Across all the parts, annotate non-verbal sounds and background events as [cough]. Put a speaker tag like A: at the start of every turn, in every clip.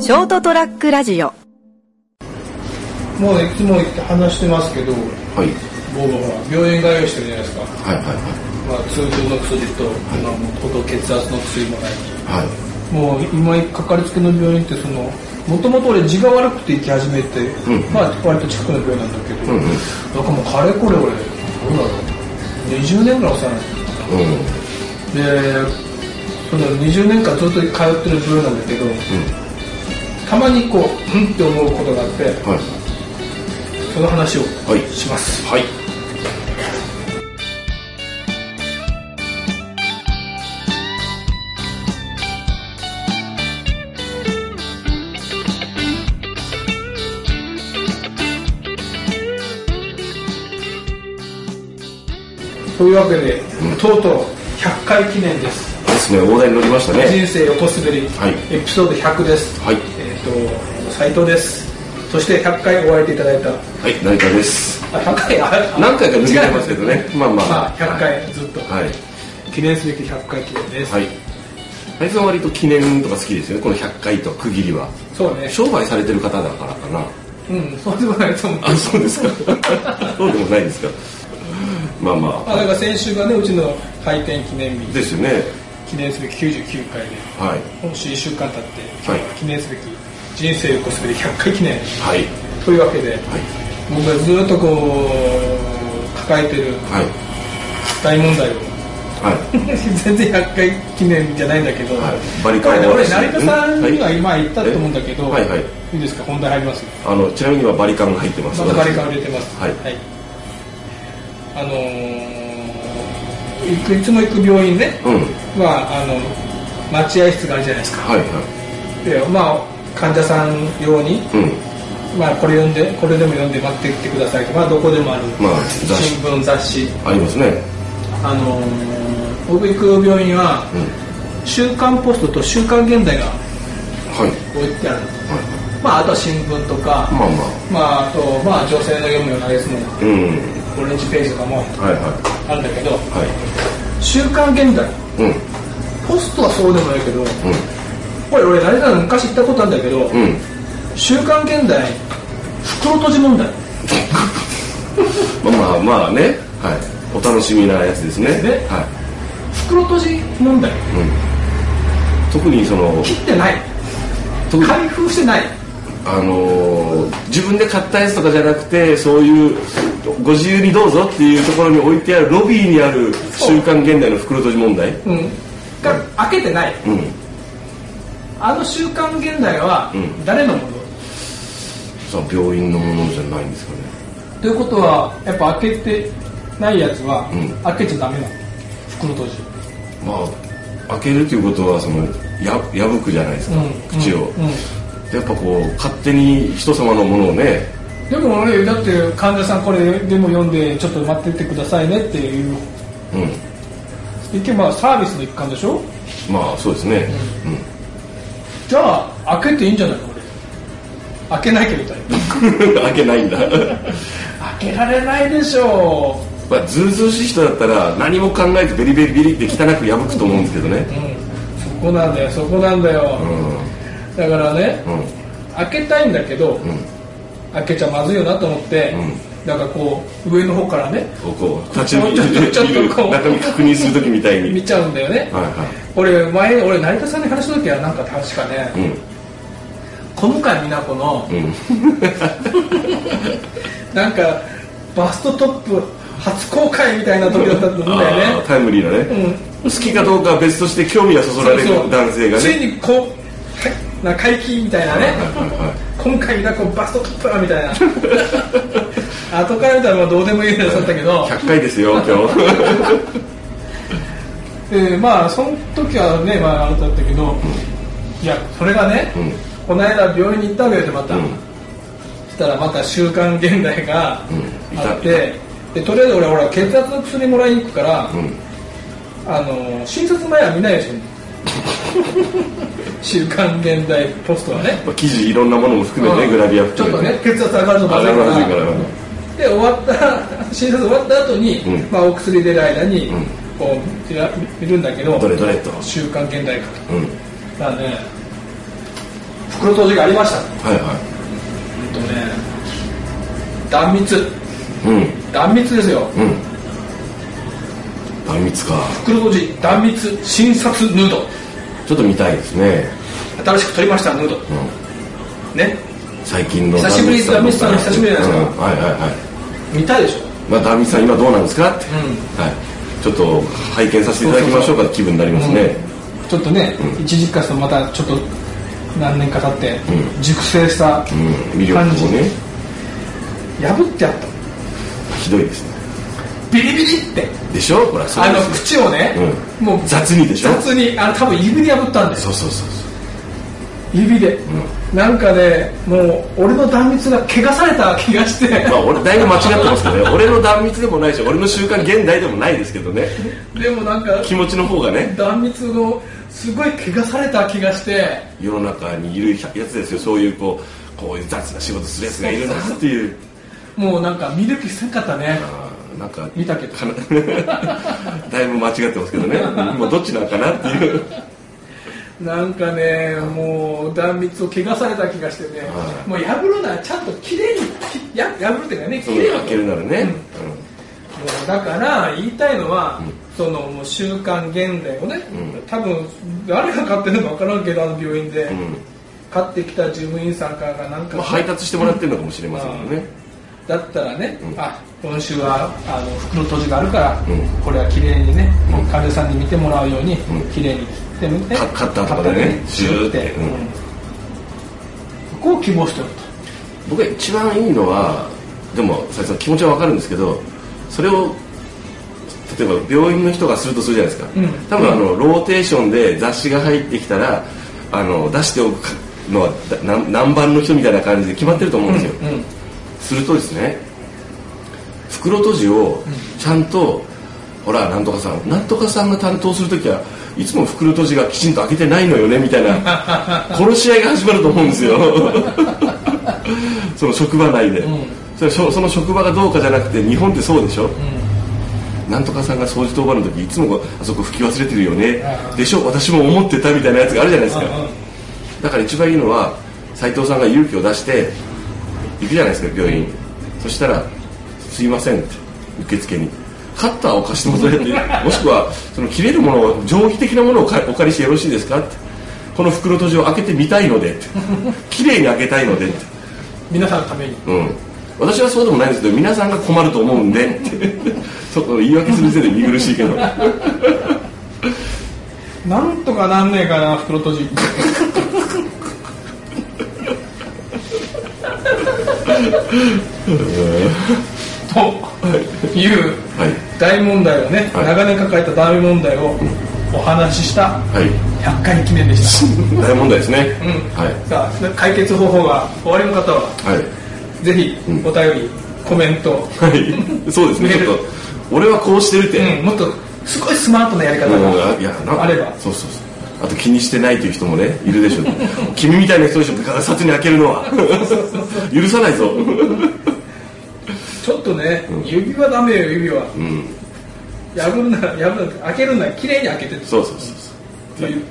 A: ショートトラックラジオ
B: もういつも話してますけど、
C: はい、
B: 僕はほら病院通いしてるじゃないですか、
C: はいはい
B: まあ、痛風の薬と、今もほど血圧の薬もない
C: はいはい
B: もう今かかりつけの病院ってそのもともと俺字が悪くて行き始めて、
C: ん
B: まあ割と近くの病院なんだけど、
C: うんうん
B: なんかもうかれこれ俺どうだろう20年ぐらいお世話になってる
C: うん
B: でその20年間ずっと通ってる病院なんだけど、たまにこううんって思うことがあって
C: はい
B: その話を
C: はい
B: します
C: はい
B: というわけで、とうとう100回記念です
C: ですね大台に乗りましたね
B: 人生横滑り、
C: はい
B: エピソード100です、
C: はい
B: えっ、と斉藤ですそして100回お会いいただいた
C: はい成田です
B: あ100回あ
C: 何回か抜けてますけどねまあまあ
B: [laughs] まあ100回ずっと、
C: はい
B: 記念すべき100回記念です、
C: はい大津は割と記念とか好きですよねこの100回と区切りは
B: そうね
C: 商売されてる方だからかな
B: うんそうでもないと思う
C: あそうですか [laughs] そうでもないですかまあま
B: まあ、だから先週がねうちの開店記念
C: あ
B: 日
C: ですよね
B: 記念すべき99回で
C: はい
B: 今週1週間経って今
C: はい
B: 日は記念すべき人生横滑り100回記念
C: はい
B: というわけで
C: はい
B: 僕がずっとこう抱えてる
C: はい
B: 大問題を [laughs]
C: はい
B: 全然100回記念じゃないんだけど、
C: はいバリカ
B: こ
C: ン
B: れね
C: を
B: 俺
C: 渡して
B: 成田さんには今言ったと思うんだけど、
C: はいはいはい
B: いですか本題入ります
C: あのちなみにはバリカンが入ってます
B: またバリカンを入れてます
C: はい
B: あのー行くいつも行く病院ね、
C: うん
B: まああの待合室があるじゃないですか
C: はいは
B: でまあ患者さん用に、
C: いうん
B: まあ、これ読んでこれでも読んで待ってきてくださいとまあどこでもある、
C: まあ雑誌
B: 新聞雑誌
C: ありますね
B: あのー僕行く病院は、
C: うん
B: 週刊ポストと週刊現代が
C: はい
B: 置いてある
C: はい
B: まああとは新聞とか、
C: まあ
B: ま
C: ま
B: あ、あと、まあ、女性の読むようなやつも
C: あうん
B: オレンジページとかも
C: はいは
B: あるんだけど
C: いはい
B: 週刊現代
C: うん
B: ポストはそうでもないけど
C: う
B: これ俺成田の昔行ったことあるんだけど、
C: んうん
B: 週刊現代袋閉じ問題
C: まあまあまあねはいお楽しみなやつですね
B: ね
C: は
B: 袋閉じ問題
C: いうん特にその
B: 切ってない
C: 特に
B: 開封してない
C: あのー自分で買ったやつとかじゃなくてそういうご自由にどうぞっていうところに置いてあるロビーにある「
B: そう
C: 週刊現代」の袋閉じ問題
B: うんが開けてない
C: うん
B: あの「週刊現代」は
C: うん
B: 誰のもの、
C: さあ病院のものじゃないんですかね
B: ということはやっぱ開けてないやつは、
C: うん
B: 開けちゃダメなの袋閉じ
C: まあ開けるということはそのや破くじゃないですか、口を、
B: うん
C: やっぱこう勝手に人様のものをね
B: でも俺だって患者さんこれでも読んでちょっと待っててくださいねっていう
C: うん
B: 一見まあサービスの一環でしょ
C: まあそうですね [laughs] うん
B: じゃあ開けていいんじゃないの俺開けないけどだよ
C: 開けないんだ [laughs]
B: 開けられないでしょ
C: まあずうずうしい人だったら何も考えてベリベリベリって汚く破くと思うんですけど
B: う、う
C: ね
B: ん、そこなんだよそこなんだよ、
C: うん
B: だからね
C: うん
B: 開けたいんだけど、
C: うん
B: 開けちゃまずいよなと思って、
C: うん
B: なんかこう上の方からね
C: こうこう立ち見
B: ちょっとちょっと
C: 見る
B: こう
C: 中身確認する時みたいに
B: 見ちゃうんだよね
C: はいは
B: 俺前俺成田さんに話した時はなんか確かね、
C: い
B: 小向井美奈子の
C: うんうん
B: [laughs] なんかバストトップ初公開みたいな時だったと思うんだよ
C: あー
B: ね
C: タイムリーなね、好きかどうかは別として興味がそそられる男性がね
B: ついにこうはいな解禁みたいなね
C: はいはいはい
B: 今回なんかバストトップだみたいな [laughs] 後から見たらもうどうでもいいやつだったけど、
C: 100
B: [laughs]
C: 回ですよ今日
B: えーまあその時はねまああれだったけど、いやそれがね、
C: うん
B: この間病院に行ったわけでまた、
C: うん
B: そしたらまた「週刊現代」が
C: うん
B: あって、でとりあえず俺ほら血圧の薬もらいに行くから、
C: うん
B: あの診察前は見ないようにしてる [laughs] 週刊現代ポストはね
C: まあ生地いろんなものも含めて、
B: うん
C: グラビア含
B: ちょっと
C: めて
B: ね血圧上がるの
C: あ
B: まず
C: れ
B: いか
C: はまずいから
B: らで終わった [laughs] 診察終わった後に、
C: うん
B: まあ、お薬出る間に、
C: うん
B: こう見ら見るんだけど
C: どれどれと
B: 週刊現代か
C: うん
B: だからね袋黒当時がありました
C: はいは
B: うんとね断密
C: いうん
B: 断密ですよ
C: うん断密か
B: 黒当時断密新札ヌード
C: ちょっと見たいですね、
B: 新しく撮りましたヌード
C: うん、
B: ね
C: 最近の
B: 久しぶり断密さん久しぶりじゃないです
C: か、うんはいはいはい
B: 見たいでしょ
C: まあ、ダーミさん今どうなんですかって、
B: ん
C: はい、ちょっと拝見させていただきましょうかって気分になりますね、
B: ちょっとね、一時期からまたちょっと何年か経って
C: う
B: 熟成した
C: うん魅力
B: 感じ
C: もね
B: 破ってあった
C: ひどいですね
B: ビリビリって
C: でしょほらそう
B: あ
C: で
B: の
C: す
B: 口をね、もう
C: 雑にでしょ
B: 雑にあの多分指で破ったんです
C: そ
B: よ
C: うそうそうそう
B: 指で、なんかねもう俺の断密が怪我された気がして、
C: まあ俺だいぶ間違ってますけどね俺の断密でもないし俺の習慣現代でもないですけどね
B: でもなんか
C: 気持ちの方がね
B: 断密のすごい怪我された気がして
C: 世の中にいるやつですよそういうこうこういう雑な仕事するやつがいるなっていう
B: もうなんか見抜きせんかったね
C: あーなんか
B: 見たけど
C: かなだいぶ間違ってますけどね今どっちなんかなっていう
B: なんかねもう断密を怪我された気がしてね、
C: はい
B: もう破るならちゃんと綺麗にきや破るっていうかね綺
C: その
B: 麗に
C: 開けるならね、うん
B: もうだから言いたいのは、そのもう週刊現代をね、
C: う
B: 多分誰が買ってるのか分からんけどあの病院で、
C: ん
B: 買ってきた事務員さんからがなんか、
C: まあ、配達してもらってるのかもしれませんけどね、
B: だったらね、
C: ん
B: あ今週はあの袋閉じがあるから、
C: ん
B: これは綺麗にね、患者さんに見てもらうように、
C: ん
B: 綺麗に切ってみて
C: カカッターとかでねシューって
B: シ
C: うん
B: そこを希望してると
C: 僕は一番いいのはでも最初気持ちはわかるんですけどそれを例えば病院の人がするとするじゃないですか、
B: うん
C: 多分あのローテーションで雑誌が入ってきたらあの出しておくのはだなん何番の人みたいな感じで決まってると思うんですよ、
B: うん
C: するとですね袋閉じをちゃんと、ほらなんとかさんなんとかさんが担当する時はいつも袋閉じがきちんと開けてないのよねみたい [laughs] な殺し合いが始まると思うんです [laughs] よその職場内で、
B: ん
C: それそその職場がどうかじゃなくて日本ってそうでしょ、なんとかさんが掃除当番の時いつもこうあそこ拭き忘れてるよね
B: ああ
C: でしょ私も思ってたみたいなやつがあるじゃないですか
B: うんうん
C: だから一番いいのは斉藤さんが勇気を出して行くじゃないですか病院にそしたら「すいません」って受付に「カッターを貸してもらえてもしくはその切れるものを定規的なものをかお借りしてよろしいですか?」って「この袋閉じを開けてみたいので」って「綺麗に開けたいので」って
B: 皆さんのために
C: うん、私はそうでもないんですけど皆さんが困ると思うんでって [laughs] ちょっと言い訳するせいで見苦しいけど
B: なんとかなんねえかな袋閉じ [laughs] という
C: はい
B: 大問題をね、
C: はい
B: 長年抱えたダメ問題をお話しした
C: はい
B: 100回記念でし
C: 大問題ですね、
B: うん
C: はい [laughs]
B: たさあ解決方法が終わりの方は
C: はい
B: ぜひ
C: うん
B: お便り、コメント、
C: はいそうですね
B: メー
C: ち
B: ル
C: ょっと俺はこうしてるって、
B: うん、もっとすごいスマートなやり方
C: もう
B: が
C: あいやなんか
B: あれば
C: そうそうそうあと気にしてないという人もねいるでしょう君みたいな人でしょガサツに開けるのは
B: [laughs]
C: 許さないぞ
B: ちょっとね、指輪ダメよ指輪
C: うん
B: 破るなら破るなら開けるなら綺麗に開けて
C: そうそうそうそう
B: という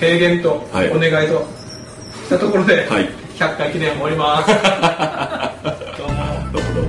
B: 提言とお
C: はい
B: 願いとしたところで、
C: はい
B: 100回記念終わり
C: [laughs]
B: ますどうも
C: どうもどうも